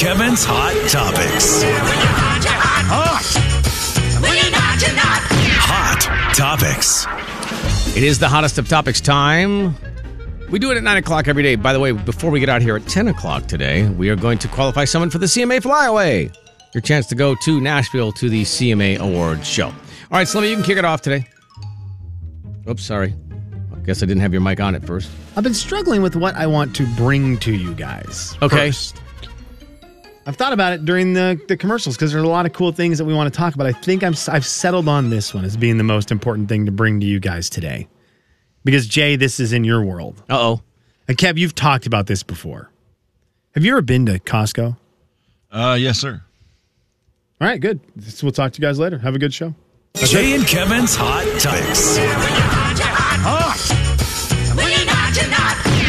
Kevin's Hot Topics. Hot Topics. It is the hottest of topics time. We do it at 9 o'clock every day. By the way, before we get out here at 10 o'clock today, we are going to qualify someone for the CMA Flyaway. Your chance to go to Nashville to the CMA Awards show. All right, Slimmy, you can kick it off today. Oops, sorry. I guess I didn't have your mic on at first. I've been struggling with what I want to bring to you guys. Okay. first. I've thought about it during the, the commercials because there's a lot of cool things that we want to talk about. I think I'm, s- I've settled on this one as being the most important thing to bring to you guys today. Because, Jay, this is in your world. Uh oh. And, Kev, you've talked about this before. Have you ever been to Costco? All Uh, yes, sir. right, good. This- We'll talk to you guys later. Have a good show. Jay and Kevin's Hot Topics.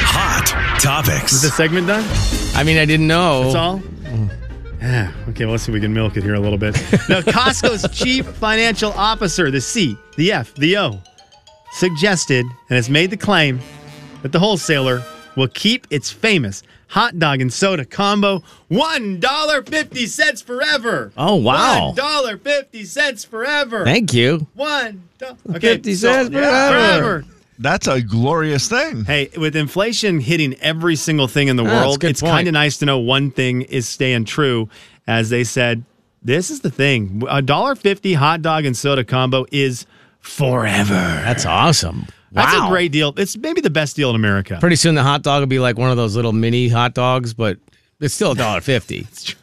Hot Is the Topics. segment done? I mean, I didn't know. That's all? Yeah. Okay, well, let's see if we can milk it here a little bit. Now, Costco's chief financial officer, the C, the F, the O, suggested and has made the claim that the wholesaler will keep its famous hot dog and soda combo $1.50 forever. Oh, wow. $1.50 forever. Thank you. One do- okay, 50 cents forever. forever. That's a glorious thing. Hey, with inflation hitting every single thing in the that's a world, good it's point. kind of nice to know one thing is staying true. As they said, this is the thing: a dollar fifty hot dog and soda combo is forever. That's awesome. Wow. That's a great deal. It's maybe the best deal in America. Pretty soon the hot dog will be like one of those little mini hot dogs, but it's still $1.50.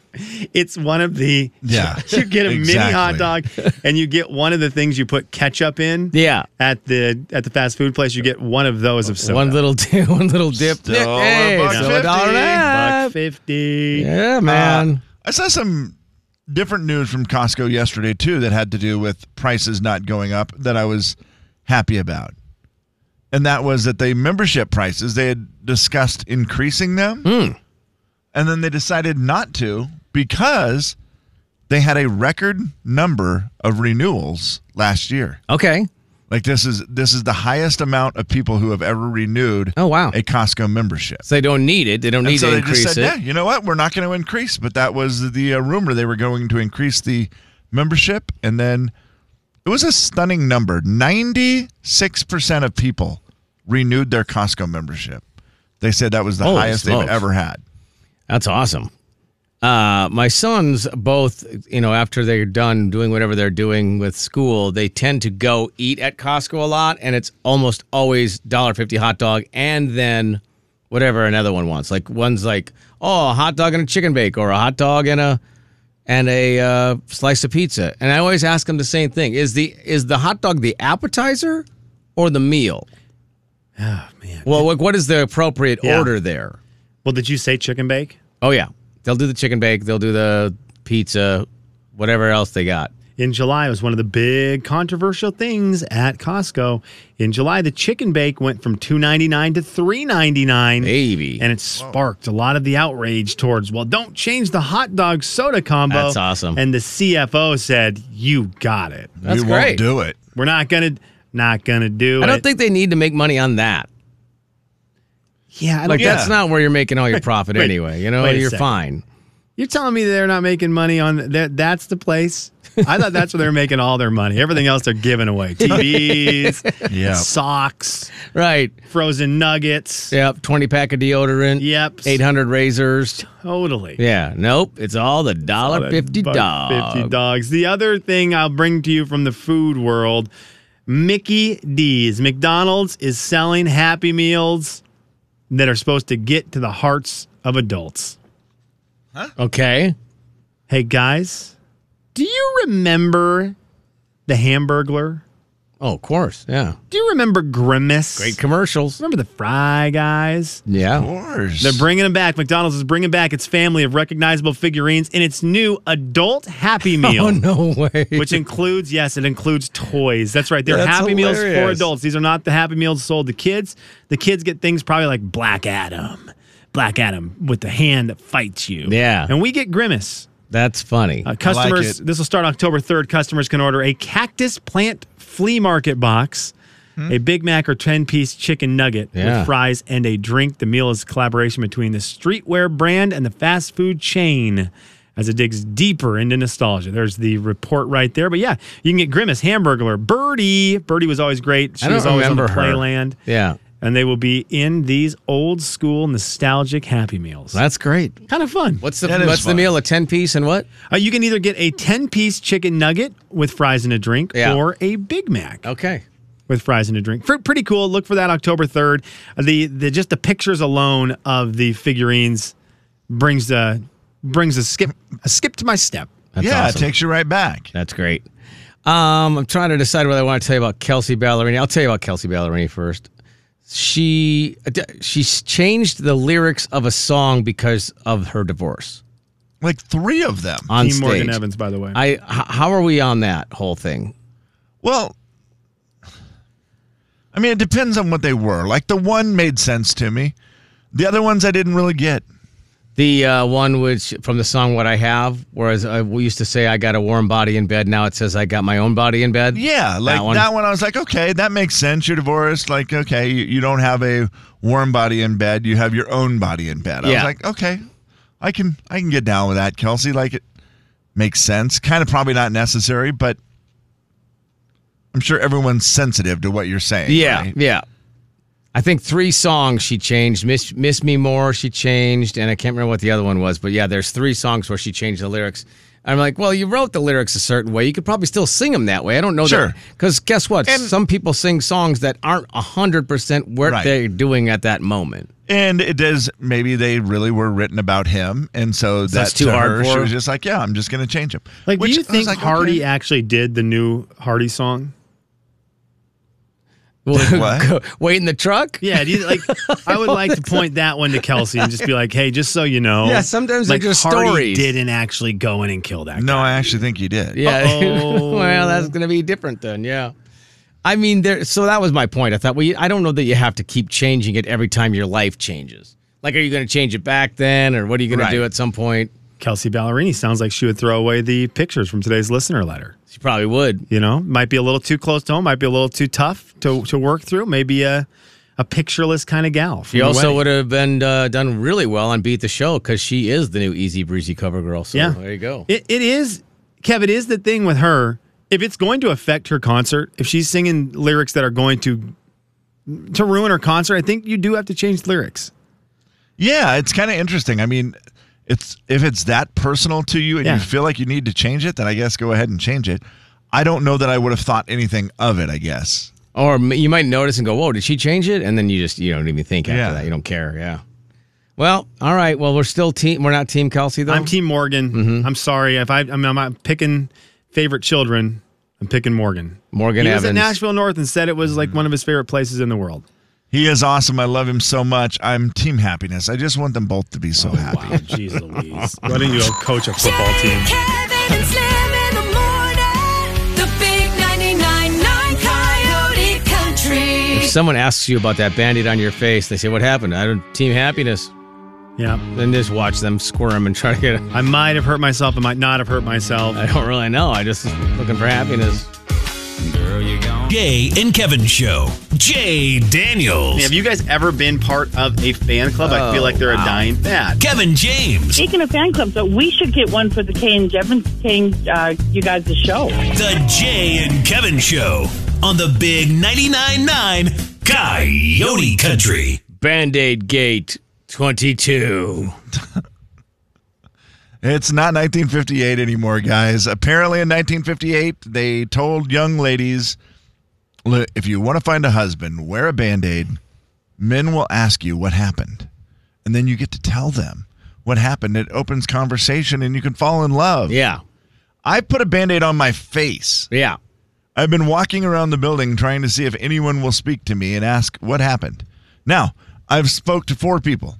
It's one of the Yeah. you get a mini hot Exactly. dog, and you get one of the things you put ketchup in. yeah. At the at the fast food place, you get one of those of soda. One little dip, one little dip. Still Nick, a hey, buck so a fifty. dollar and a buck half. fifty. Yeah, man. I saw some different news from Costco yesterday too that had to do with prices not going up that I was happy about. And that was that they membership prices they had discussed increasing them. And then they decided not to because they had a record number of renewals last year. okay. Like this is this is the highest amount of people who have ever renewed Oh, wow. a Costco membership. So they don't need it. They don't And need so to they increase just said, yeah, it. you know what? We're not going to increase. But that was the uh, rumor. They were going to increase the membership. And then it was a stunning number 96% of people renewed their Costco membership. They said that was the Holy highest smokes. they've ever had. That's awesome. Uh, my sons both, you know, after they're done doing whatever they're doing with school, they tend to go eat at Costco a lot, and it's almost always dollar fifty hot dog, and then whatever another one wants. Like one's like, oh, a hot dog and a chicken bake, or a hot dog and a and a uh, slice of pizza. And I always ask them the same thing: is the is the hot dog the appetizer or the meal? Oh man. Well, like, what is the appropriate Yeah. order there? Well, did you say chicken bake? Oh yeah, they'll do the chicken bake. They'll do the pizza, whatever else they got. in July. It was one of the big controversial things at Costco. In July, the chicken bake went from two ninety nine to three ninety nine. Baby, And it sparked a lot of the outrage towards, well, don't change the hot dog soda combo. That's awesome. And the CFO said, You got it. that's we great. won't do it. We're not gonna not gonna do I it. don't think they need to make money on that. Yeah, I don't Like yeah. that's not where you're making all your profit wait, anyway. You know, wait a you're second. fine. You're telling me they're not making money on that? That's the place. I thought that's where they're making all their money. Everything else they're giving away: TVs, Yeah. socks, Right. frozen nuggets. Yep. Twenty pack of deodorant. Yep. Eight hundred razors. Totally. Yeah. Nope. It's all the dollar fifty dog. Fifty dogs. The other thing I'll bring to you from the food world, Mickey D's. McDonald's is selling Happy Meals that are supposed to get to the hearts of adults. Okay. Hey guys, do you remember the Hamburglar? Oh, of course. Yeah. Do you remember Grimace? Great commercials. Remember the Fry Guys? Of Yeah. course. They're bringing them back. McDonald's is bringing back its family of recognizable figurines in its new adult Happy Meal. Oh no way. which includes yes, it includes toys. That's right. They're That's Happy Meals for hilarious. adults. These are not the Happy Meals sold to kids. The kids get things probably like Black Adam, Black Adam with the hand that fights you. Yeah. and we get Grimace. that's funny. Uh, customers, it. this will start October third. Customers can order a cactus plant flea market box. a Big Mac or 10 piece chicken nugget Hmm. Yeah. with fries and a drink. The meal is a collaboration between the streetwear brand and the fast food chain as it digs deeper into nostalgia. There's the report right there. But yeah, you can get Grimace, Hamburglar, Birdie. Birdie was always great. She I don't was always remember on the her. playland. Yeah. And they will be in these old school nostalgic Happy Meals. That's great. kind of fun. What's the That is what's the fun. meal? A ten piece and what? Uh, you can either get a 10 piece chicken nugget with fries and a drink Yeah. or a Big Mac Okay. with fries and a drink. Fr- pretty cool. Look for that October 3rd. Uh, The, the Just the pictures alone of the figurines brings the brings a skip a skip to my step. That's yeah, awesome. it takes you right back. That's great. Um, I'm trying to decide whether I want to tell you about Kelsey Ballerini. I'll tell you about Kelsey Ballerini first. She she's changed the lyrics of a song because of her divorce Like three of them. on Team stage. Morgan Evans, by the way. I h- how are we on that whole thing? Well, I mean, it depends on what they were. Like the one made sense to me. The other ones I didn't really get. The uh, one which from the song "What I Have," whereas I, we used to say "I got a warm body in bed," now it says "I got my own body in bed." Yeah, like that one, I was like, okay, that makes sense. You're divorced. Like, okay, you, you don't have a warm body in bed. You have your own body in bed. I Yeah. was like, okay, I can I can get down with that, Kelsey. Like it makes sense. Kind of probably not necessary, but I'm sure everyone's sensitive to what you're saying. Yeah, right? yeah. I think three songs she changed. Miss Miss Me More she changed, and I can't remember what the other one was. But yeah, there's three songs where she changed the lyrics. I'm like, well, you wrote the lyrics a certain way. You could probably still sing them that way. I don't know Sure. Because guess what? And- Some people sing songs that aren't 100% what Right. they're doing at that moment. And it does. Maybe they really were written about him, and so that's that's too to hard her, for She her? was just like, "Yeah, I'm just going to change him." like, Which do I you was think like, Hardy okay. actually did the new Hardy song? Well, what? go- Wait in the truck? Yeah, do you, like I would like to point that one to Kelsey and just be like, "Hey, just so you know, Yeah, sometimes they're like, just Hardy stories. didn't actually go in and kill that." No, I actually think he did. Yeah. Uh-oh. well, that's going to be different then. Yeah. I mean, there. So that was my point. I thought, well, you- I don't know that you have to keep changing it every time your life changes. Like, are you going to change it back then, or what are you going Right. to do at some point? Kelsey Ballerini sounds like she would throw away the pictures from today's listener letter. She probably would. You know, might be a little too close to home, might be a little too tough to, to work through. Maybe a a pictureless kind of gal. from She the also wedding. would have been uh, done really well on Beat the Show because she is the new Easy Breezy cover girl. So Yeah. there you go. It, it is, Kev, it is the thing with her. If it's going to affect her concert, if she's singing lyrics that are going to to ruin her concert, I think you do have to change the lyrics. Yeah, it's kind of interesting. I mean, it's if it's that personal to you and Yeah. you feel like you need to change it, then I guess go ahead and change it. I don't know that I would have thought anything of it. I guess. Or m- you might notice and go, "Whoa, did she change it?" And then you just you don't even think after Yeah. that. You don't care. Yeah. Well, all right. Well, we're still team. We're not team Kelsey though. I'm Team Morgan. Mm-hmm. I'm sorry if I, I mean, I'm, I'm picking favorite children. I'm picking Morgan. Morgan he Evans. was at Nashville North and said it was like one of his favorite places in the world. He is awesome. I love him so much. I'm team happiness. I just want them both to be so happy. Wow, jeez Louise. Why didn't you go coach a football team? Kevin and Slim in the morning. The big 99.9 Coyote Country. If someone asks you about that bandit on your face, they say, "What happened?" I don't team happiness. Yeah. Then just watch them squirm and try to get. it. I might have hurt myself. I might not have hurt myself. I don't really know. I just looking for happiness. Jay and Kevin Show. Jay Daniels. Have you guys ever been part of a fan club? I Oh, feel like they're a dying fad. Kevin James. Speaking of fan clubs, though, we should get one for the K and Jevin, Kane, uh, you guys' show. The Jay and Kevin Show on the Big 99.9 9 Coyote Country. Band Aid Gate twenty two. It's not 1958 anymore, guys. Apparently, in 1958, they told young ladies "Look, if you want to find a husband, wear a band aid. Men will ask you what happened. And then you get to tell them what happened. It opens conversation and you can fall in love. Yeah, I put a band aid on my face. yeah. I've been walking around the building trying to see if anyone will speak to me and ask what happened. Now, I've spoke to four people.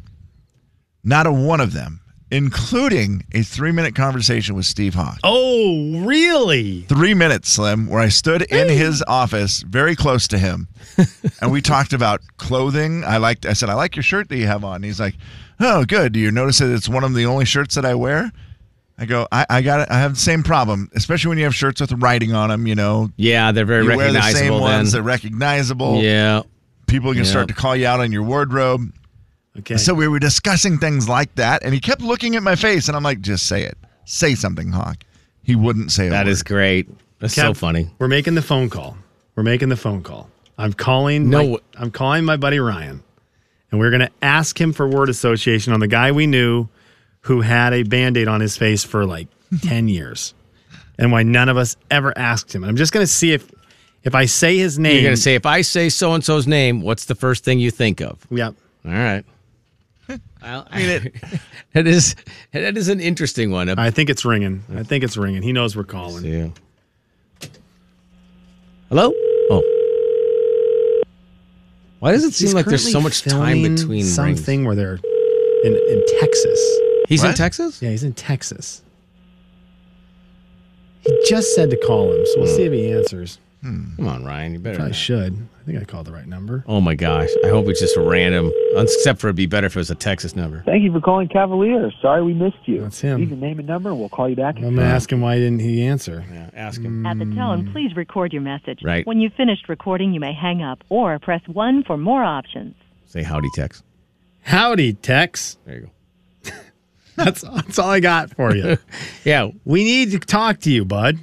Not a one of them, including a 3-minute conversation with Steve Hawk. Oh, really? 3 minutes, Slim, where I stood in his office very close to him and we talked about clothing. I liked I said I like your shirt that you have on. And he's like, "Oh, good. Do you notice that it's one of the only shirts that I wear?" I go, I, I got it. I have the same problem, especially when you have shirts with writing on them. You know, Yeah, they're very you wear the same recognizable ones; they're then. recognizable. yeah. People can Yeah. start to call you out on your wardrobe. Okay. So we were discussing things like that, and he kept looking at my face, and I'm like, just say it, say something, Hawk. He wouldn't say That a is word. great. That's so Kev, funny. We're making the phone call. We're making the phone call. I'm calling. No my, wa- I'm calling my buddy Ryan, and we're gonna ask him for word association on the guy we knew who had a band-aid on his face for like ten years, and why none of us ever asked him. And I'm just gonna see if if I say his name. You're gonna say if I say so and so's name, what's the first thing you think of? Yep. All right. Well, I it is that is an interesting one. I think it's ringing. I think it's ringing. He knows we're calling. Yeah. Hello? Oh. Why does it seem He's like there's so currently much time filming between something rings? where they're in in Texas. He's in What? Texas? Yeah, he's in Texas. He just said to call him, so Hmm. we'll see if he answers. Come on, Ryan. You better. I not. should. I think I called the right number. Oh my gosh. I hope it's just a random. Except for it'd be better if it was a Texas number. Thank you for calling Cavalier. Sorry we missed you. That's him. Leave your name and number, and we'll call you back. I'm gonna ask him why didn't he answer. Yeah, ask him. Mm. At the tone, please record your message. Mm. Right. When you've finished recording, you may hang up or press 1 for more options. Say howdy, Tex. Howdy, Tex. There you go. That's that's all I got for you. Yeah. we need to talk to you, bud.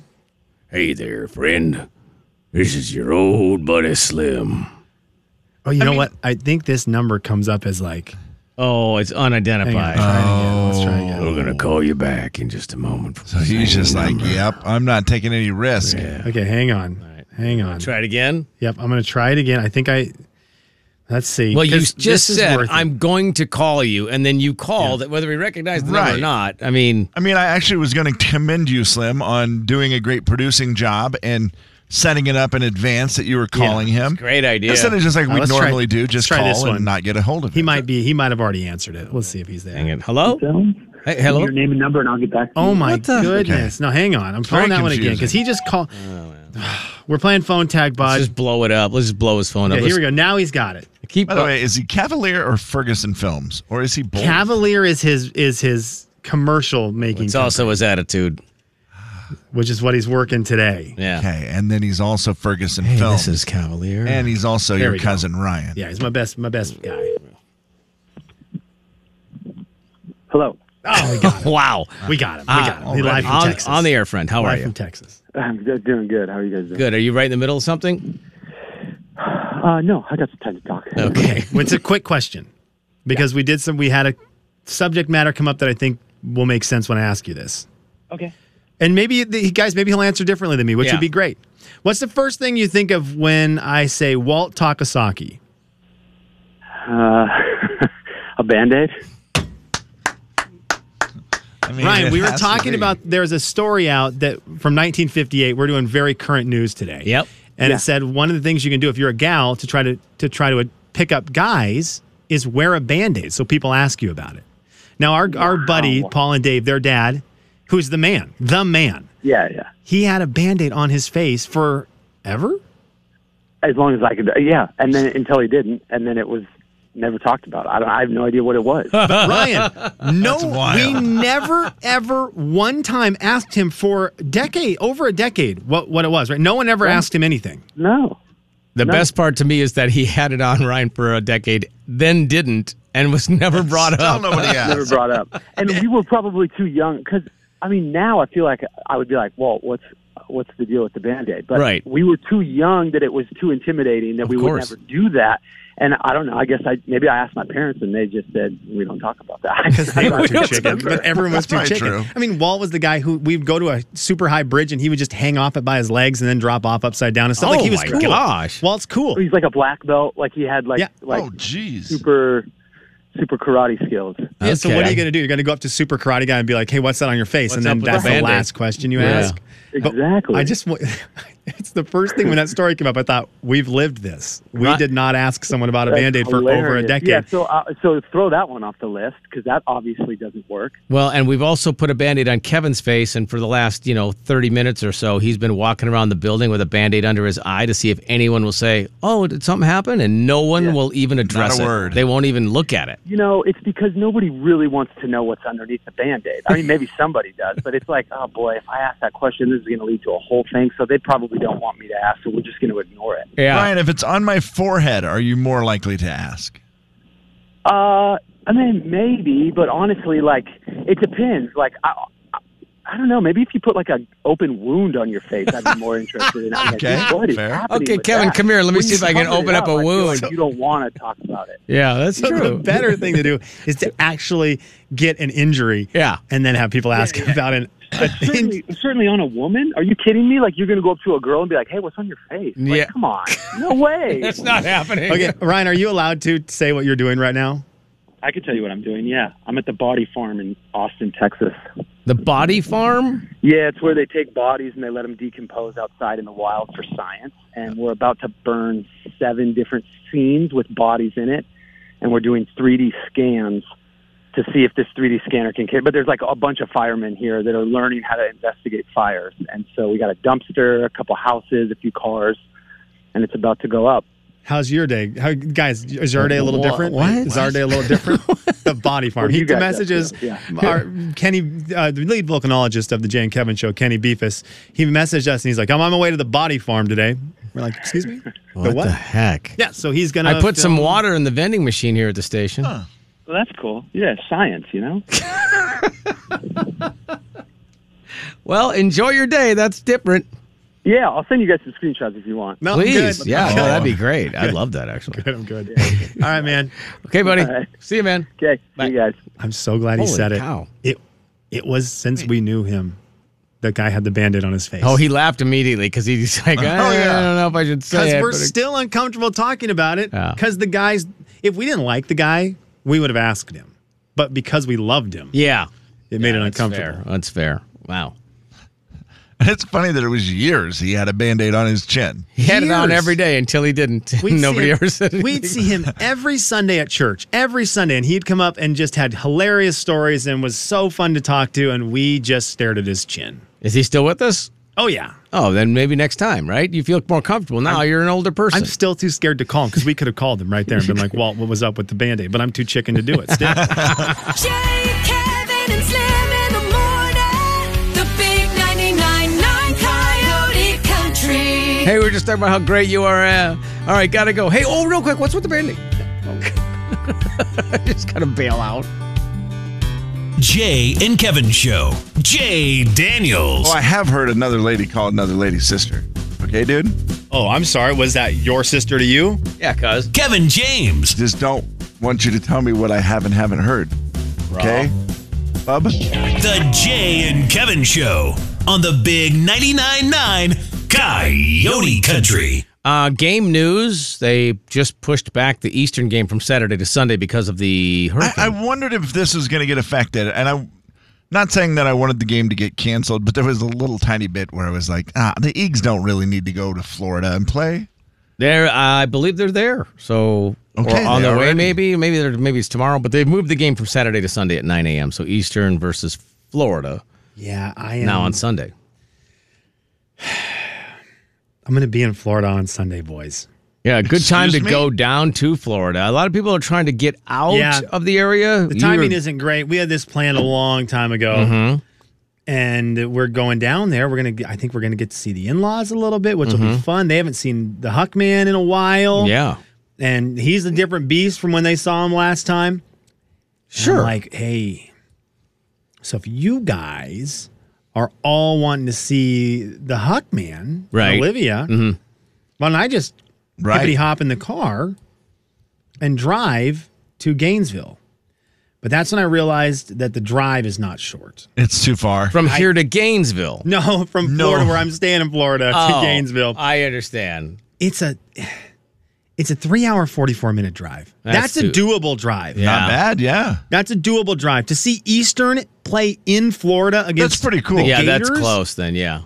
Hey there, friend. This is your old buddy Slim. Oh, you know what? I think this number comes up as like. Oh, it's Hang on, unidentified. try it again. Let's try Oh. again. We're gonna call you back in just a moment. So he's just like, yep, I'm not taking any risk. Okay, hang on. Hang on. Try it again. Yep, I'm gonna try it again. I think I. Let's see. Well, you 'cause just this is said worth it. I'm going to call you, and then you called. Whether we recognized the number Right. or not, I mean, I mean, I actually was going to commend you, Slim, on doing a great producing job and setting it up in advance that you were calling him. great idea. Instead of just like Uh, we let's try- normally do, let's just try call this one. and not get a hold of him. He might be. He might have already answered it. Let's see if he's there. Hang it. Hello. Hey, hello. Your name and number, and I'll get back to you. Oh my What the- goodness! No, hang on. I'm very calling that one again because he just called. Oh, We're playing phone tag, Let's bud. just blow it up. Let's just blow his phone yeah, up. here we go. Now he's got it. go. Keep. By the up. way, is he Cavalier or Ferguson Films, or is he both? Cavalier is his is his commercial making, it's also his attitude. company, which is what he's working today. Yeah. Okay, and then he's also Ferguson Hey, Films, this is Cavalier. and he's also There your we go. cousin Ryan. Yeah, he's my best my best guy. Hello. wow. We got him. We Ah, got him. He live from on, Texas. on the air, friend. How Live are you? from Texas. I'm good, doing good. How are you guys doing? Good. Are you right in the middle of something? Uh, no, I got some time to talk. Okay. Well, it's a quick question because we did some. We had a subject matter come up that I think will make sense when I ask you this. Okay. And maybe the guys, maybe he'll answer differently than me, which Yeah. would be great. What's the first thing you think of when I say Walt Takasaki? Uh, a band aid? I mean, Ryan, it we were has to talking be. about there's a story out that from 1958. We're doing very current news today. Yep. And Yeah. it said one of the things you can do if you're a gal to try to to try to uh, pick up guys is wear a band-aid so people ask you about it. Now our our buddy Paul and Dave, their dad, who's the man, the man, Yeah, yeah. he had a band-aid on his face forever. As long as I could. Yeah, and then until he didn't, and then it was never talked about. I don't. I have no idea what it was. Ryan, no, wild. we never ever one time asked him for decade over a decade what what it was. Right? No one ever asked him anything. no. The best part to me is that he had it on Ryan for a decade, then didn't, and was never brought Still up. nobody never asked. brought up. And we were probably too young because I mean now I feel like I would be like, well, what's what's the deal with the band aid? But Right. we were too young that it was too intimidating that we would course. never do that. And I don't know. I guess I maybe I asked my parents and they just said we don't talk about that. They were too don't chicken, but everyone was too That's chicken. probably true. I mean, Walt was the guy who we'd go to a super high bridge and he would just hang off it by his legs and then drop off upside down and stuff. like Oh he was my cool. gosh. Walt's cool. He's like a black belt. Like he had like Yeah. like oh, jeez. super super karate skills. Yeah, So what are Okay. you going to do? You're going to go up to super karate guy and be like, "Hey, what's that on your face?" What's and then up with that's the the Band-Aid? last question you Yeah. ask. But Exactly. I just wa- It's the first thing when that story came up. I thought we've lived this. We Right. did not ask someone about a That's band aid for over a hilarious. decade. Yeah, so uh, so throw that one off the list because that obviously doesn't work. Well, and we've also put a band-aid on Kevin's face, and for the last, you know, 30 minutes or so, he's been walking around the building with a band-aid under his eye to see if anyone will say, Oh, did something happen? And no one will even address a it. word. They won't even look at it. You know, it's because nobody really wants to know what's underneath the band aid. I mean, maybe somebody does, but it's like, oh boy, if I ask that question, this is going to lead to a whole thing. So they probably don't want me to ask, so we're just going to ignore it. Yeah. Brian, if it's on my forehead, are you more likely to ask? Uh, I mean, maybe, but honestly, like, it depends. Like, I, I, I don't know. Maybe if you put like an open wound on your face, I'd be more interested in. I'm like, Okay, what is fair. happening Okay, with Kevin, that? come here. Let me When see you if I can cover it open up a I feel wound. like you don't want to talk about it. Yeah, that's So the true. better thing to do is to actually get an injury, Yeah. and then have people ask about an. certainly, certainly on a woman. Are you kidding me? Like you're going to go up to a girl and be like, "Hey, what's on your face?" Like, Yeah. come on, no way. That's not happening. Okay, Ryan, are you allowed to say what you're doing right now? I can tell you what I'm doing. Yeah, I'm at the Body Farm in Austin, Texas. The body farm? Yeah, it's where they take bodies and they let them decompose outside in the wild for science. And we're about to burn seven different scenes with bodies in it, and we're doing 3D scans to see if this 3D scanner can. But there's like a bunch of firemen here that are learning how to investigate fires, and so we got a dumpster, a couple houses, a few cars, and it's about to go up. How's your day? How, guys, is our day a little Wha- different? what? Is our day a little different? the body farm. What do He, you the guys message is up to? Yeah. our, Kenny, uh, the lead volcanologist of the Jay and Kevin show, Kenny Beefus, he messaged us and he's like, I'm on my way to the body farm today. We're like, excuse me? the what? heck? Yeah, so he's going to. I put some water in the vending machine here at the station. Well, that's cool. Yeah, science, you know. Well, enjoy your day. That's different. yeah, I'll send you guys some screenshots if you want. No, I'm Please. good. Yeah, I'm no, good. that'd be great. I love that, actually. I'm good. All right, man. Okay, buddy. All right. See you, man. Okay, Bye. see you guys. I'm so glad he Holy said cow. it. It it was since we knew him. The guy had the band-aid on his face. Oh, he laughed immediately because he's like, I, yeah. I don't know if I should say Oh, because it. we're but it- still uncomfortable talking about it. Yeah. Because the guys, if we didn't like the guy, we would have asked him. But because we loved him, yeah. it made it That's fair. uncomfortable. That's fair. Wow. It's funny that it was years he had a band aid on his chin. He had it on Years. every day until he didn't. We'd see Nobody him- ever said anything. We'd see him every Sunday at church, every Sunday, and he'd come up and just had hilarious stories and was so fun to talk to. And we just stared at his chin. Is he still with us? Oh yeah, Oh, then maybe next time, right? You feel more comfortable now. you're an older person. I'm still too scared to call him because we could have called him right there and been like, "Walt, what was up with the band aid?" But I'm too chicken to do it. Still. Jay, Kevin, and Slim in the morning. The big 99.9 Coyote Country. hey, we were just talking about how great you are. Uh, all right, gotta go. Hey, oh, real quick, what's with the banding? I just gotta bail out. Jay and Kevin Show. Jay Daniels. Oh, I have heard another lady call another lady sister. Okay, dude? oh, I'm sorry. Was that your sister to you? Yeah, cuz. Kevin James. Just don't want you to tell me what I haven't haven't heard. Okay? Bubba? The Jay and Kevin Show on the Big 99.9 Coyote Country. Uh, game news: They just pushed back the Eastern game from Saturday to Sunday because of the I, hurricane. I wondered if this was going to get affected. And I'm not saying that I wanted the game to get canceled, but there was a little tiny bit where I was like, ah, the Eags don't really need to go to Florida and play. They're, I believe they're there. So Okay, or on they their way, already- maybe, maybe they're, maybe it's tomorrow. But they've moved the game from Saturday to Sunday at 9 a.m. So Eastern versus Florida Yeah, I am. now on Sunday. I'm going to be in Florida on Sunday, boys. Yeah, good time to Excuse me? go down to Florida. A lot of people are trying to get out Yeah. of the area. The timing isn't great. We had this planned a long time ago. Mm-hmm. And we're going down there. We're going to I think we're going to get to see the in-laws a little bit, which will be fun. They haven't seen the Huckman in a while. Mm-hmm. Yeah, And he's a different beast from when they saw him last time. And I'm sure. like, hey, so if you guys are all wanting to see the Huckman, Right. Mm-hmm. Olivia, why don't I just Right. hippity hop in the car and drive to Gainesville? But that's when I realized that the drive is not short. It's too far. From here to Gainesville. No, from No. Florida, where I'm staying in Florida, Oh, to Gainesville. I understand. it's a it's a three hour, forty four minute drive. That's That's, a too- doable drive. Yeah. Not bad, yeah. That's a doable drive to see Eastern play in Florida against. That's pretty cool. the Yeah, that's Gators? close then. Yeah.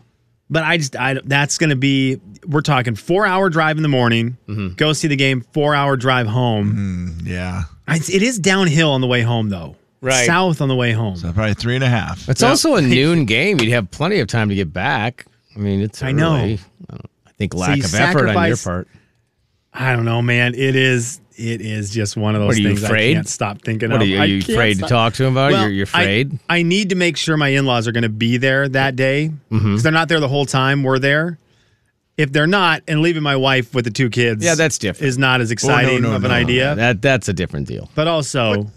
But I just, I, that's going to be, we're talking four hour drive in the morning, go see the game, four hour drive home. Yeah. I- It is downhill on the way home, though. Right. South on the way home. So probably three and a half. It's also a noon game. You'd have plenty of time to get back. I mean, it's I know. early. I don't- I think lack you of effort on your sacrifice- part. I don't know, man. It is. It is just one of those What, are you things afraid? I can't stop thinking What of. are you, I are you can't afraid to stop- talk to him about? it? Well, you're, you're I- afraid. Mm-hmm. I, need to make sure my in-laws are going to be there that day because they're not there the whole time we're there. If they're not, and leaving my wife with the two kids, Yeah, that's different. Oh, Is not as exciting no, of an no. idea. that that's a different deal. But also,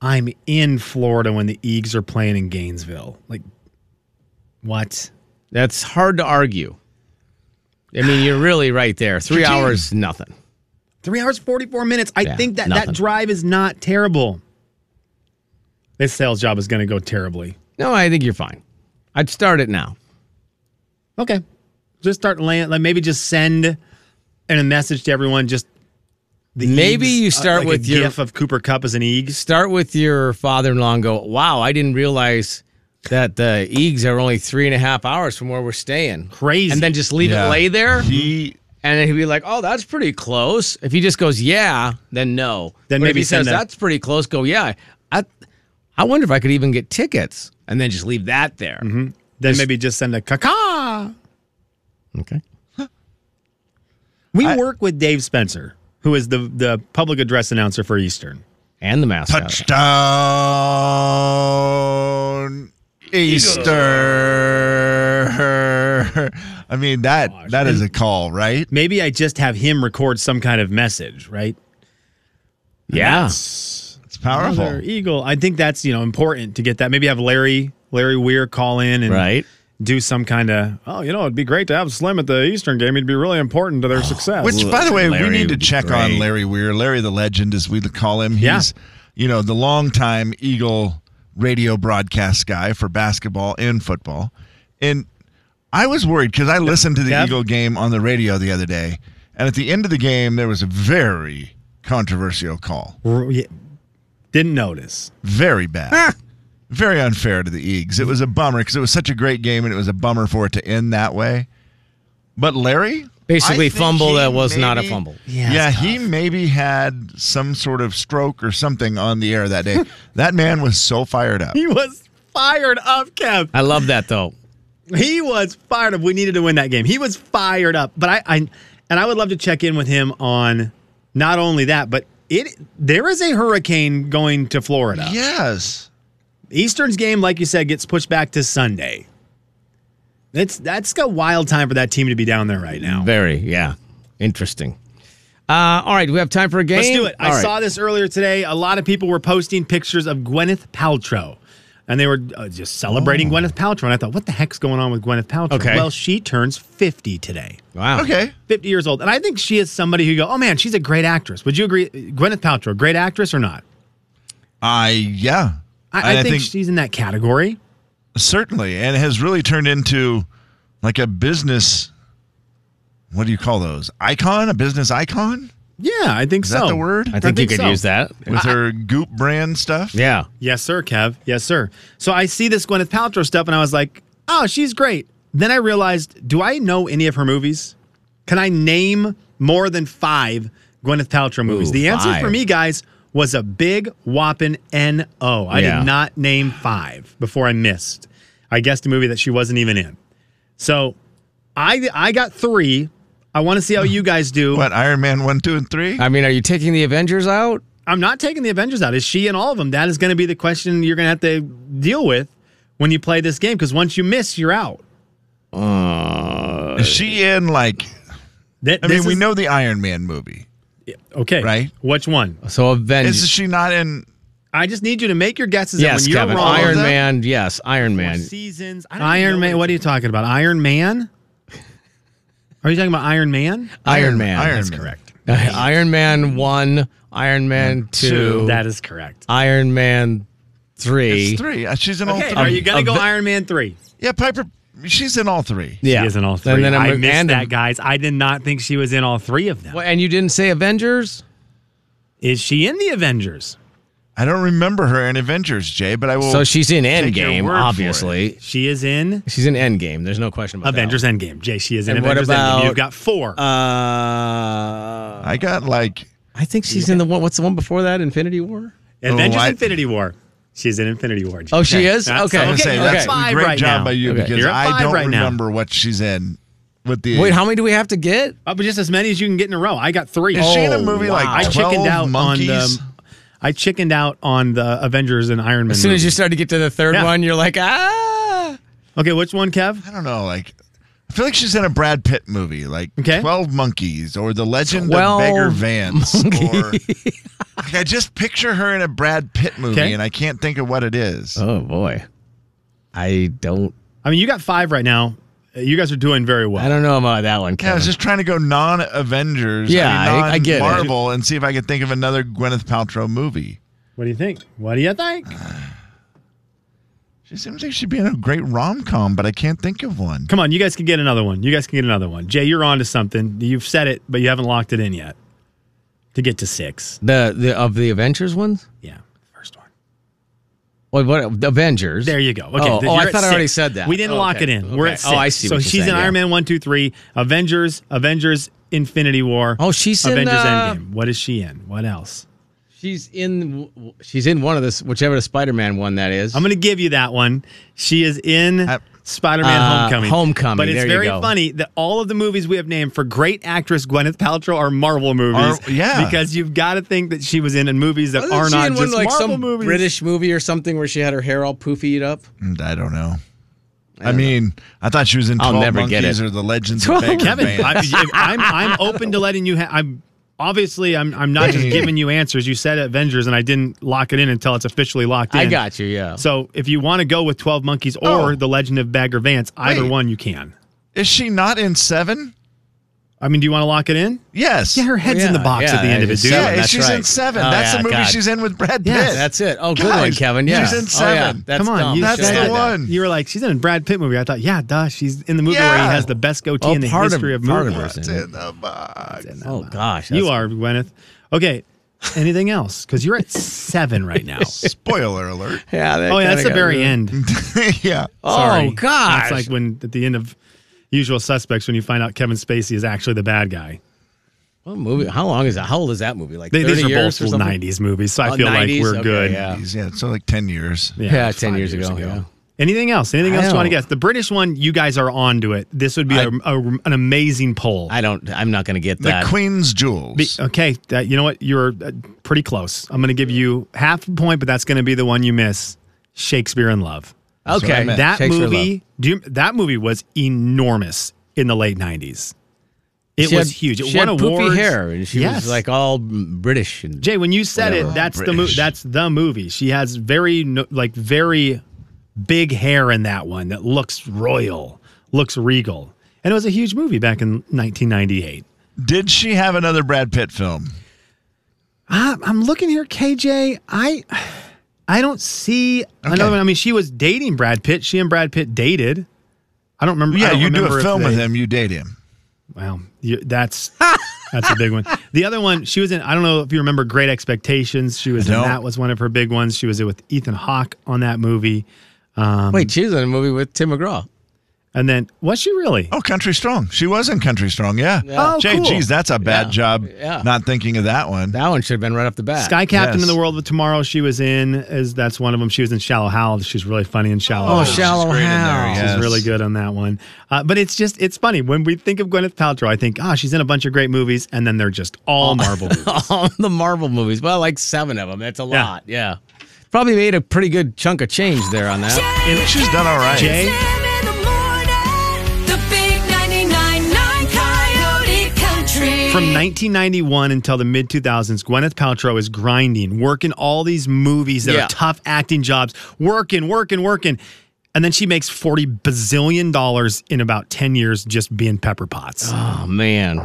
I'm in Florida when the Eags are playing in Gainesville. Like, what? That's hard to argue. I mean, you're really right there. Three hours, nothing. Three hours, 44 minutes. I Yeah, think that nothing. that drive is not terrible. This sales job is going to go terribly. No, I think you're fine. I'd start it now. Okay. Just start laying, like maybe just send in a message to everyone. Just the Maybe eags, uh, you start like a with your- gif of Cooper Cup as an eags. Start with your father-in-law and go. Wow, I didn't realize that the Eags are only three and a half hours from where we're staying. Crazy. And then just leave Yeah. it lay there. He And then he'd be like, "Oh, that's pretty close." If he just goes, "Yeah," then no. Then But if maybe he says, send a- "That's pretty close," go, "Yeah." I, I wonder if I could even get tickets, and then just leave that there. Mm-hmm. Then maybe just send a caca. Okay. We I- work with Dave Spencer, who is the the public address announcer for Eastern. And the mascot. touchdown Easter. I mean that that is a call, right? Maybe I just have him record some kind of message, right? Yeah. It's powerful. Another eagle. I think that's you know important to get that. Maybe have Larry Larry Weir call in and Right. do some kind of oh you know it'd be great to have Slim at the Eastern game. It'd be really important to their success. Which, by the way, Larry we need to would be check great. on Larry Weir. Larry the legend, as we call him. He's, Yeah. you know, the longtime Eagle radio broadcast guy for basketball and football. And I was worried because I listened to the Kev? Eagle game on the radio the other day. And at the end of the game, there was a very controversial call. R- yeah. Didn't notice. Very bad. very unfair to the Eagles. It was a bummer because it was such a great game and it was a bummer for it to end that way. But Larry? Basically I think fumble he that was not a fumble. Yeah, Yeah, it's he maybe had some sort of stroke or something on the air that day. that man was so fired up. He was fired up, Kev. I love that though. He was fired up. We needed to win that game. He was fired up. But I, I and I would love to check in with him on not only that, but it there is a hurricane going to Florida. Yes. Eastern's game, like you said, gets pushed back to Sunday. It's that's a wild time for that team to be down there right now. Very, yeah. Interesting. Uh, all right, do we have time for a game? Let's do it. I All right. saw this earlier today. A lot of people were posting pictures of Gwyneth Paltrow, and they were uh, just celebrating Gwyneth Paltrow. And I thought, what the heck's going on with Gwyneth Paltrow? Okay. Well, she turns 50 today, Wow. Okay. 50 years old. And I think she is somebody who you go, oh man, she's a great actress. Would you agree, Gwyneth Paltrow, great actress or not? I yeah. I, I, And think, she's in that category. certainly, and it has really turned into like a business. What do you call those? Icon? A business icon? Yeah, I think Is so. that the word? I think, you think could so. use that. With her Goop brand stuff. Yeah. Yes, sir, Kev. Yes, sir. So I see this Gwyneth Paltrow stuff, and I was like, oh, she's great. Then I realized, do I know any of her movies? Can I name more than five Gwyneth Paltrow movies? Ooh, the answer five. for me, guys, was a big whopping N O. I Yeah. did not name five before I missed. I guessed a movie that she wasn't even in. So I I got three. I want to see how you guys do. What Iron Man one, two, and three? I mean, are you taking the Avengers out? I'm not taking the Avengers out. Is she in all of them? That is going to be the question you're going to have to deal with when you play this game because once you miss, you're out. Is she in like? That, I mean, this we is- know the Iron Man movie. Okay. right? Which one? So Is Avengers. she not in? I just need you to make your guesses. Yes, and when you're Kevin. wrong, Iron Is that- Man. Yes, Iron Man. seasons. Iron Man. What are you talking about? Iron Man? Are you talking about Iron Man? Iron Man. Iron That's Man. correct. correct. Iron Man one. Iron Man two. That is correct. Iron Man three. It's three. Uh, She's in all Okay. three. are you going a to go ve- Iron Man three? Yeah, Piper. She's in all three. Yeah. She is in all three. And then I I'm- missed and- that, guys. I did not think she was in all three of them. Well, and you didn't say Avengers. Is she in the Avengers? I don't remember her in Avengers, Jay, but I will. so she's in take your Endgame, word for it. obviously. She is in She's in Endgame. There's no question about Avengers that. Endgame. Jay, she is in And what Avengers Endgame. about- Oh, You've got four. Uh, I got like I think she's in the one. What's the one before that? Infinity War. Avengers Oh, I- Infinity War. She's in Infinity War. Jay. Oh, she is. That's- Okay. I was okay, gonna say you're at that's a five great right job now. by you Okay. because You're at I five don't right now. remember what she's in with the. Wait, how many do we have to get? Oh, but just as many as you can get in a row. I got three. Is she in Oh, a movie like oh, I chickened 12 out monkeys? on the. I chickened out on the Avengers and Iron Man. As soon as you movies. start to get to the third Yeah. one, you're like, ah. okay, which one, Kev? I don't know. Like, I feel like she's in a Brad Pitt movie, like Okay. Twelve Monkeys or The Legend Twelve of Beggar Vance. Or, like, I just picture her in a Brad Pitt movie, Okay. and I can't think of what it is. Oh boy, I don't. I mean, you got five right now. Uh, You guys are doing very well. I don't know about that one. yeah, I Kevin. was just trying to go non-Avengers, Yeah, I, I- I get it. Marvel, and see if I could think of another Gwyneth Paltrow movie. What do you think? What do you think? She seems like she'd be in a great rom-com, but I can't think of one. Come on, you guys can get another one. You guys can get another one. Jay, you're on to something. You've said it, but you haven't locked it in yet. To get to six. the the of the Avengers ones. Yeah. First one. What, what Avengers? There you go. Okay. Oh, th- oh, you're I at thought I already six. said that. We didn't Oh, lock okay. it in. We're Okay. at six. Oh, I see So what you're she's in saying, yeah. Iron Man one, two, three, Avengers, Avengers, Infinity War. Oh, she's in, Avengers uh, Endgame. What is she in? What else? She's in. She's in one of this, whichever the Spider-Man one that is. I'm going to give you that one. She is in I- Spider-Man: Uh, Homecoming. Homecoming, But it's there you very go. funny that all of the movies we have named for great actress Gwyneth Paltrow are Marvel movies. Are- yeah. because you've got to think that she was in in movies that Wasn't are she not in just one, like Marvel some movies. British movie or something where she had her hair all poofied up. Mm, I don't know. I, mean, I thought she was in I'll 12 never Monkeys get it. or The Legends of Twelve- Beggar Kevin, Vance. I, if- I'm I'm open to letting you. Ha- I'm obviously I'm I'm not just giving you answers. You said Avengers, and I didn't lock it in until it's officially locked in. I got you. Yeah. So if you want to go with Twelve Monkeys or Oh. The Legend of Bagger Vance, either Wait. one you can. Is she not in Seven? I mean, do you want to lock it in? Yes. Yeah, her head's in yeah, the box yeah, at the end of it, it's dude. seven, yeah, that's she's in right. Seven. Oh, that's yeah, the movie God. she's in with Brad Pitt. Yes, That's it. Oh, good Guys, one, Kevin. Yeah. she's in Oh, yeah. seven. That's Come on, dumb. you You That's should said have the had that. one. You were like, she's in a Brad Pitt movie. I thought, yeah, duh, she's in the movie where Yeah. he has the best goatee Oh, in the part of- history of, part of movies. it. It's in the box. Oh gosh, You that's- are Gwyneth. Okay, anything else? Because you're at seven right now. Spoiler alert. Yeah. that oh yeah, that's kinda the got very rid of- end. yeah. Oh That's gosh. like when at the end of Usual Suspects when you find out Kevin Spacey is actually the bad guy. What movie? How long is that? How old is that movie? Like They, 30 these are years both or something? '90s movies, so I Oh, feel like 90s? we're Okay, good. yeah. Geez, yeah, so like 10 years. Yeah, it's 10 five years ago, yeah. Anything else? Anything I else you want to don't- guess? The British one, you guys are on to it. This would be a a- an amazing poll. I don't. I'm not going to get The that. Queen's Jewels. Be- okay, that, you know what? You're uh, pretty close. I'm going to give you half a point, but that's going to be the one you miss. Shakespeare in Love. That's what I okay. meant. that Shakespeare in Love. movie do you, that movie was enormous in the late 90s it She was had- huge it she won had awards poofy hair, and she yes. was like all British. And jay when you said Whatever. it that's the movie British. that's the movie she has very no- like very big hair in that one that looks royal looks regal and it was a huge movie back in 1998 Did she have another Brad Pitt film? Ah, i'm looking here kj i i don't see another one i mean she was dating brad pitt she and brad pitt dated i don't remember I Yeah, don't you do remember a if film they- with him, you date him. Wow, you, that's that's a big one. The other one, she was in. I don't know if you remember Great Expectations. She was in don't. that was one of her big ones. She was with Ethan Hawke on that movie, Wait, she was in a movie with Tim McGraw. and then was she really? Oh, Country Strong. She was in Country Strong, yeah. Oh, Jay, cool. geez, that's a bad Yeah. job Yeah. not thinking of that one. That one should have been right off the bat. Sky Captain Yes. in the World of Tomorrow. She was in as that's one of them. She was in Shallow Hal. She's really funny in Shallow. Oh, Hal. Shallow great in there, Hal. yeah. She's Yes. really good on that one. Uh, but it's just it's funny when we think of Gwyneth Paltrow. I think ah, she's in a bunch of great movies, and then they're just all Marvel. movies. All the Marvel movies. Well, like seven of them. That's a lot. Yeah. Probably made a pretty good chunk of change there on that. She's done all right. Jay? Jam in the morning, the big 99.9 Coyote Country. From 1991 until the mid 2000s, Gwyneth Paltrow is grinding, working all these movies that Yeah. are tough acting jobs, working, working, working. And then she makes 40 bazillion dollars in about 10 years just being Pepper Potts. Oh man.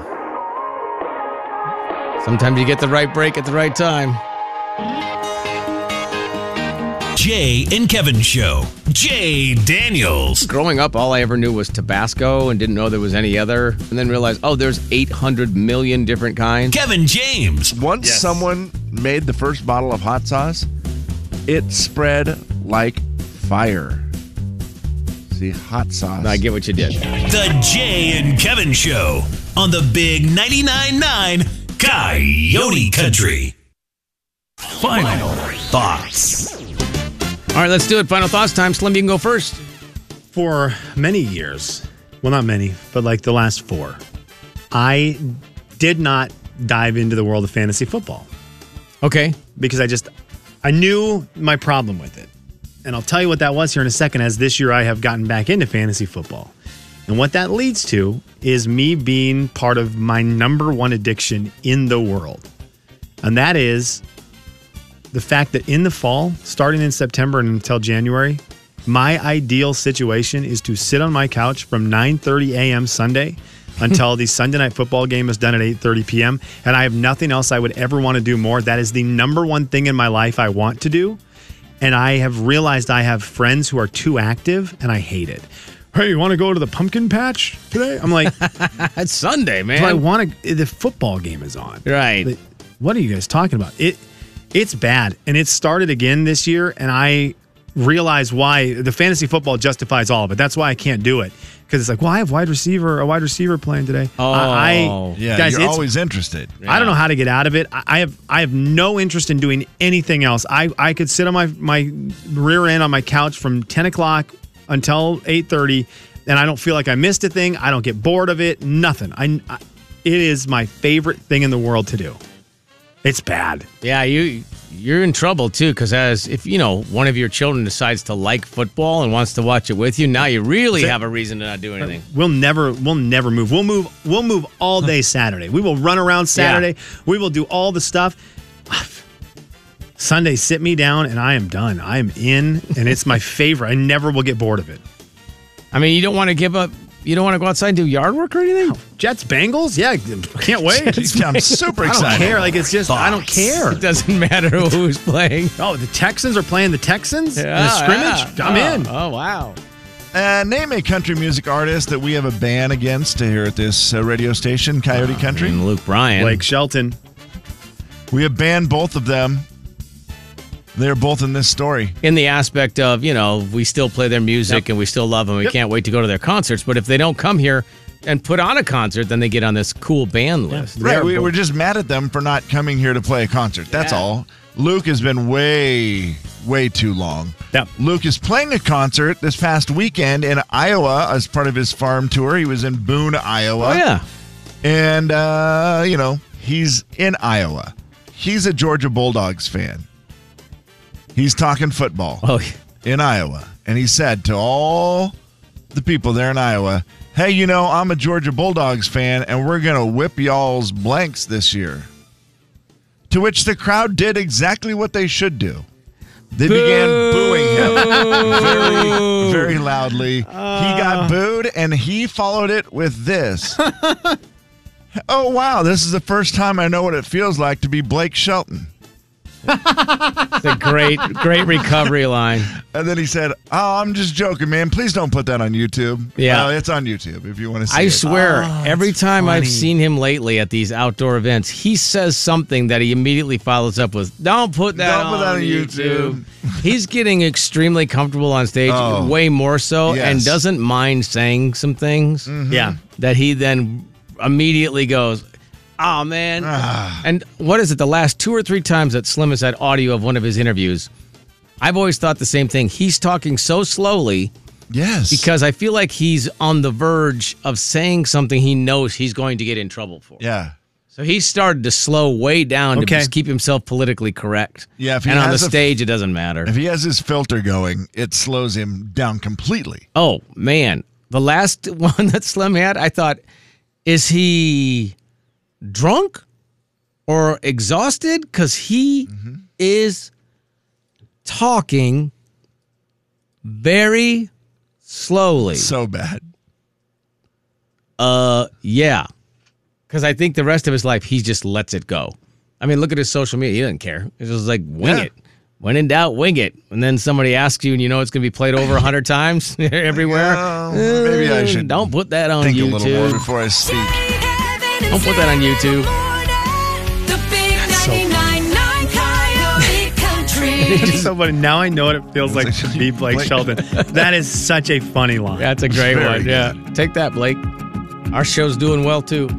Sometimes you get the right break at the right time. Jay and Kevin Show. Jay Daniels. Growing up, all I ever knew was Tabasco and didn't know there was any other. And then realized, oh, there's 800 million different kinds. Kevin James. Once someone made the first bottle of hot sauce, It spread like fire. See, hot sauce. I get what you did. The Jay and Kevin Show on the Big 99.9 9 Coyote Country. Final thoughts. All right, let's do it. Final thoughts time. Slim, you can go first. for many years, well, not many, but like the last four, I did not dive into the world of fantasy football Okay. because I just, I knew my problem with it. And I'll tell you what that was here in a second as this year I have gotten back into fantasy football. And what that leads to is me being part of my number one addiction in the world. And that is the fact that in the fall, starting in September and until January, my ideal situation is to sit on my couch from 9:30 a.m. Sunday until the Sunday night football game is done at 8:30 p.m. and I have nothing else I would ever want to do more. That is the number one thing in my life I want to do. And I have realized I have friends who are too active and I hate it. Hey, you want to go to the pumpkin patch today? I'm like, That's Sunday, man. do I want to? The football game is on. Right. Like, What are you guys talking about? It, it's bad, and it started again this year, and I realize why the fantasy football justifies all of it. That's why I can't do it because it's like, well, I have wide receiver, a wide receiver playing today. I, Oh. I Yeah, guys, you're it's always interested. I don't know how to get out of it. I, I have I have no interest in doing anything else. I, I could sit on my my rear end on my couch from ten o'clock until eight thirty, and I don't feel like I missed a thing. I don't get bored of it. Nothing. I, I it is my favorite thing in the world to do. It's bad. yeah, you you're in trouble too, because as if you know one of your children decides to like football and wants to watch it with you, now you really have a reason to not do anything. We'll never we'll never move. We'll move we'll move all day Saturday. We will run around Saturday. We will do all the stuff. Sunday sit me down and I am done. I am in and it's my favorite. I never will get bored of it. I mean, you don't want to give up. You don't want to go outside and do yard work or anything. Jets Bengals? Yeah, can't wait. I'm super I don't excited. care. Like it's just I don't care. It doesn't matter who's playing. Oh, the Texans are playing the Texans in a Yeah, scrimmage. yeah. I'm Oh, in. Oh wow. Uh, name a country music artist that we have a ban against here at this uh, radio station, Coyote Country. And Luke Bryan. Blake Shelton. We have banned both of them. They're both in this story. in the aspect of you know we still play their music and we still love them. We Yep. can't wait to go to their concerts. But if they don't come here and put on a concert, then they get on this cool band list. Right. We, They're we're both- just mad at them for not coming here to play a concert. That's Yeah. all. Luke has been way, way too long. Yep. Luke is playing a concert this past weekend in Iowa as part of his farm tour. He was in Boone, Oh Iowa. yeah. And, uh, you know, he's in Iowa. He's a Georgia Bulldogs fan. He's talking football Oh in Iowa. And he said to all the people there in Iowa, hey, you know, I'm a Georgia Bulldogs fan and we're going to whip y'all's blanks this year. To which the crowd did exactly what they should do. They began booing him very, very loudly. he got booed and he followed it with this. oh, wow. This is the first time I know what it feels like to be Blake Shelton. it's a great great recovery line. And then he said, "Oh, I'm just joking, man. Please don't put that on YouTube. Yeah. Uh, it's on YouTube if you want to see I it. Ah, swear, every time I've seen him lately at these outdoor events, he says something that he immediately follows up with, "Don't put that, Don't put that on YouTube." He's getting extremely comfortable on stage, Oh. way more so, and Yes. Mm-hmm. doesn't mind saying some things. Yeah. that he then immediately goes, "Oh man!" Ah. and what is it? The last two or three times that Slim has had audio of one of his interviews, I've always thought the same thing. He's talking so slowly yes, because I feel like he's on the verge of saying something he knows he's going to get in trouble for. yeah, So he started to slow way down to Okay. just keep himself politically correct. Yeah, if he and on the has a- stage, it doesn't matter. if he has his filter going, it slows him down completely. Oh man, the last one that Slim had, I thought, is he drunk or exhausted? Because he Mm-hmm. is talking very slowly. So bad. Uh, yeah, because I think the rest of his life he just lets it go. I mean, look at his social media; he doesn't care. It's just like wing Yeah. it. When in doubt, wing it. And then somebody asks you, and you know it's going to be played over a hundred times everywhere. Eh, Oh, maybe I should Don't put that on think YouTube. a little more before I speak. Don't put that on YouTube. The big 99.9 Coyote Country. It's so funny. Now I know what it feels like to be Blake Blake. Shelton. That is such a funny line. That's a great Very one. Yeah. Take that, Blake. Our show's doing well too.